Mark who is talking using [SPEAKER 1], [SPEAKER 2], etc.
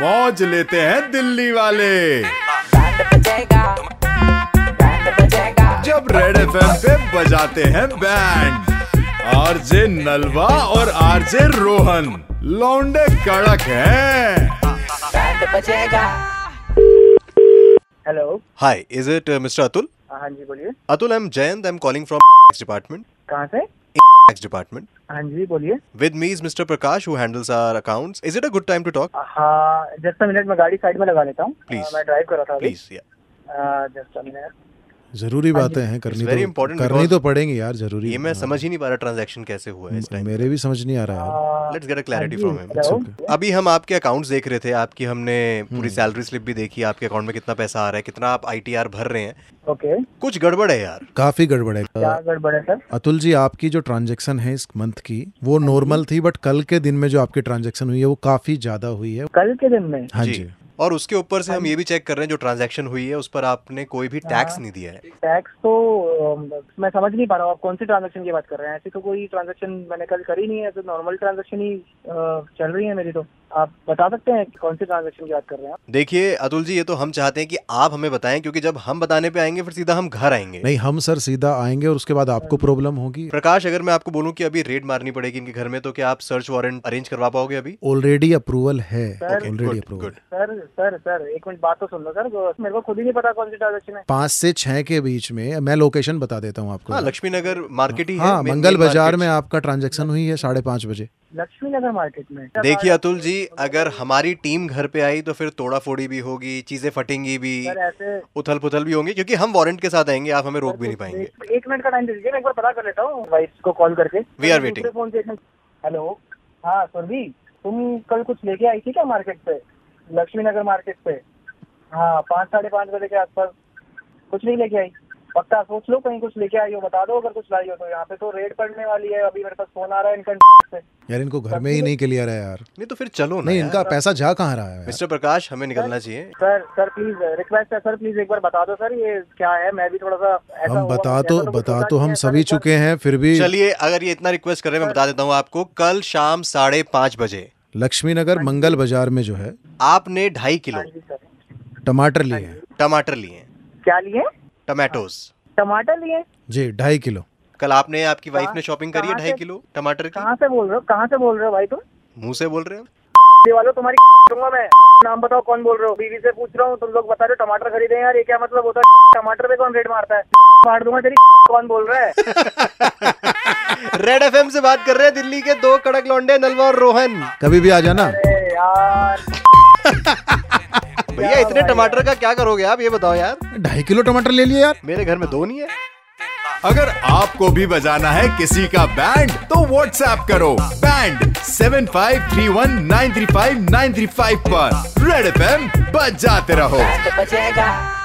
[SPEAKER 1] मौज लेते हैं दिल्ली वाले जब रेड एफ पे बजाते हैं बैंड आरजे नलवा और आरजे रोहन लौंडे कड़क हैं
[SPEAKER 2] hello
[SPEAKER 3] Hi, is it uh, Mr. Atul?
[SPEAKER 2] हाँ हाँ जी बोलिए
[SPEAKER 3] Atul, I'm Jayant. I'm calling from department.
[SPEAKER 2] कहाँ से
[SPEAKER 3] Tax department.
[SPEAKER 2] हाँ जी बोलिए
[SPEAKER 3] With me is Mr. Prakash, who handles our accounts. Is it a good time to talk?
[SPEAKER 2] हाँ just minute मैं गाड़ी साइड में लगा लेता हूँ हाँ,
[SPEAKER 3] Please.
[SPEAKER 2] मैं ड्राइव कर रहा था अभी हाँ,
[SPEAKER 3] Please, yeah.
[SPEAKER 2] जस्ट मिनट
[SPEAKER 4] जरूरी बातें हैं करनी
[SPEAKER 3] हाँ very
[SPEAKER 4] तो
[SPEAKER 3] important
[SPEAKER 4] करनी
[SPEAKER 3] because E
[SPEAKER 4] तो पड़ेंगी यार जरूरी
[SPEAKER 3] ये
[SPEAKER 4] है।
[SPEAKER 3] मैं
[SPEAKER 4] हाँ।
[SPEAKER 3] समझ ही नहीं पा रहा ट्रांजैक्शन कैसे हुआ है इस टाइम
[SPEAKER 4] मेरे भी समझ नहीं आ रहा
[SPEAKER 3] हाँ।
[SPEAKER 4] यार
[SPEAKER 2] हाँ,
[SPEAKER 3] let's get a clarity from him
[SPEAKER 2] hello
[SPEAKER 3] अभी हम आपके अकाउंट्स देख रहे थे आपकी हमने पूरी सैलरी स्लिप भी देखी आपके अकाउंट में कितना पैसा आ रहा है कितना आप आईटीआर भर रहे हैं
[SPEAKER 2] ओके
[SPEAKER 3] कुछ गड़बड़ है यार
[SPEAKER 4] काफी गड़बड़ है
[SPEAKER 3] Uh,
[SPEAKER 2] क्या गड़बड़ है सर
[SPEAKER 4] अतुल जी आपकी जो ट्रांजैक्शन है इस मंथ की वो
[SPEAKER 3] हाँ
[SPEAKER 4] नॉर्मल थी बट कल के दिन में जो आपकी ट्रांजैक्शन हुई है वो काफी ज्यादा हुई है
[SPEAKER 2] कल के दिन में
[SPEAKER 4] हाँ
[SPEAKER 3] जी।
[SPEAKER 4] जी
[SPEAKER 3] और उसके ऊपर से हम ये भी चेक कर रहे हैं जो ट्रांजैक्शन हुई है उस पर आपने कोई भी टैक्स नहीं दिया है
[SPEAKER 2] टैक्स तो अम, मैं समझ नहीं पा रहा हूँ आप कौन सी ट्रांजेक्शन की बात कर रहे हैं ऐसी तो कोई ट्रांजेक्शन मैंने कल करी नहीं है तो नॉर्मल ट्रांजेक्शन ही अ, चल रही है मेरी तो आप बता सकते हैं कि कौन सी ट्रांजेक्शन की बात कर रहे हैं आप
[SPEAKER 3] देखिए अतुल जी ये तो हम चाहते हैं कि आप हमें बताएं क्योंकि जब हम बताने पे आएंगे फिर सीधा हम घर आएंगे
[SPEAKER 4] नहीं हम सर सीधा आएंगे और उसके
[SPEAKER 3] हाँ
[SPEAKER 4] बाद आपको प्रॉब्लम होगी
[SPEAKER 3] प्रकाश अगर मैं आपको बोलूं कि अभी रेड मारनी पड़ेगी इनके घर में तो क्या आप सर्च वारंट अरेंज करवा पाओगे अभी
[SPEAKER 4] ऑलरेडी अप्रूवल है
[SPEAKER 2] Sir,
[SPEAKER 4] already approval
[SPEAKER 3] good
[SPEAKER 2] sir sir sir एक मिनट बात तो सुन लो सर वो- मेरे को खुद ही नहीं पता कौन सी ट्रांजेक्शन है
[SPEAKER 4] पाँच से छह के बीच में मैं लोकेशन बता देता हूँ
[SPEAKER 3] हाँ
[SPEAKER 4] आपको
[SPEAKER 3] लक्ष्मी नगर मार्केट ही है
[SPEAKER 4] हाँ
[SPEAKER 3] main-
[SPEAKER 4] मंगल
[SPEAKER 3] main
[SPEAKER 4] बाजार
[SPEAKER 3] market।
[SPEAKER 4] में आपका ट्रांजैक्शन हुई है साढ़े पाँच बजे
[SPEAKER 2] लक्ष्मी नगर मार्केट में
[SPEAKER 3] देखिए अतुल जी अगर हमारी टीम घर पे आई तो फिर तोड़ा फोड़ी भी होगी चीजें फटेंगी भी
[SPEAKER 2] सर ऐसे
[SPEAKER 3] उथल पुथल भी होंगे क्योंकि हम वारंट के साथ आएंगे आप हमें रोक भी नहीं पाएंगे
[SPEAKER 2] एक, एक मिनट का टाइम दीजिए मैं एक बार पता कर लेता हूँ वाइफ को कॉल करके
[SPEAKER 3] We are waiting.
[SPEAKER 2] दूसरे फोन से हेलो हाँ सुरभि तुम कल कुछ लेके आई थी क्या मार्केट पे लक्ष्मी नगर मार्केट पे हाँ पाँच साढ़े पाँच बजे के आसपास कुछ नहीं लेके आई पक्का सोच लो कहीं कुछ लेके आई हो बता दो अगर कुछ लाई हो तो यहाँ पे तो रेड पड़ने वाली है अभी मेरे पास फोन आ रहा है इनका से
[SPEAKER 4] यार इनको घर में ही नहीं क्लियर है यार
[SPEAKER 3] नहीं तो फिर चलो ना
[SPEAKER 4] नहीं
[SPEAKER 3] यार।
[SPEAKER 4] इनका पैसा जा कहाँ रहा है यार?
[SPEAKER 3] मिस्टर प्रकाश हमें निकलना चाहिए
[SPEAKER 2] सर सर प्लीज रिक्वेस्ट है सर प्लीज एक बार बता दो सर ये क्या है मैं भी थोड़ा सा ऐसा
[SPEAKER 4] हम
[SPEAKER 2] हुआ-
[SPEAKER 4] बता
[SPEAKER 2] ऐसा
[SPEAKER 4] तो
[SPEAKER 2] कुछ
[SPEAKER 4] बता
[SPEAKER 2] होता
[SPEAKER 4] तो
[SPEAKER 2] नहीं
[SPEAKER 4] हम
[SPEAKER 2] है, सर,
[SPEAKER 4] सभी
[SPEAKER 2] एक बार-
[SPEAKER 4] चुके हैं फिर भी
[SPEAKER 3] चलिए अगर ये इतना रिक्वेस्ट कर रहे हैं मैं बता देता हूँ आपको कल शाम साढ़े पाँच बजे
[SPEAKER 4] लक्ष्मी
[SPEAKER 2] हाँ
[SPEAKER 4] नगर मंगल बाजार में जो है
[SPEAKER 3] आपने ढाई किलो
[SPEAKER 2] जी, सर।
[SPEAKER 4] टमाटर लिए
[SPEAKER 2] हाँ
[SPEAKER 4] हैं
[SPEAKER 3] टमाटर लिए
[SPEAKER 2] क्या लिए
[SPEAKER 3] टमाटोज
[SPEAKER 2] हाँ। टमाटर लिए
[SPEAKER 4] जी ढाई किलो
[SPEAKER 3] कल आपने आपकी वाइफ ने
[SPEAKER 2] कहाँ-
[SPEAKER 3] शॉपिंग करी है
[SPEAKER 2] कहाँ
[SPEAKER 3] ढाई
[SPEAKER 2] से-
[SPEAKER 3] किलो टमाटर की
[SPEAKER 2] कहाँ से बोल रहे हो कहाँ से बोल रहे हो भाई तुम
[SPEAKER 3] मुंह से बोल रहे हो
[SPEAKER 2] ये वालों तुम्हारी दूंगा मैं नाम बताओ कौन बोल रहे हो बीवी से पूछ रहा हूँ तुम लोग बता रहे हो टमाटर खरीदे हैं यार ये क्या मतलब होता है टमाटर पे कौन रेट मारता है मार दूंगा तेरी कौन बोल रहा है
[SPEAKER 3] रेड एफएम से बात कर रहे हैं दिल्ली के दो कड़क लौंडे नलवा और रोहन
[SPEAKER 4] कभी भी आ जाना
[SPEAKER 2] अरे यार
[SPEAKER 3] भैया इतने टमाटर का क्या करोगे आप ये बताओ यार
[SPEAKER 4] ढाई किलो टमाटर ले लिए यार
[SPEAKER 3] मेरे घर में दो नहीं है
[SPEAKER 1] अगर आपको भी बजाना है किसी का बैंड तो व्हाट्सएप करो band seven five three one nine three five nine three five पर रेड एफ बजाते रहो
[SPEAKER 5] बचेगा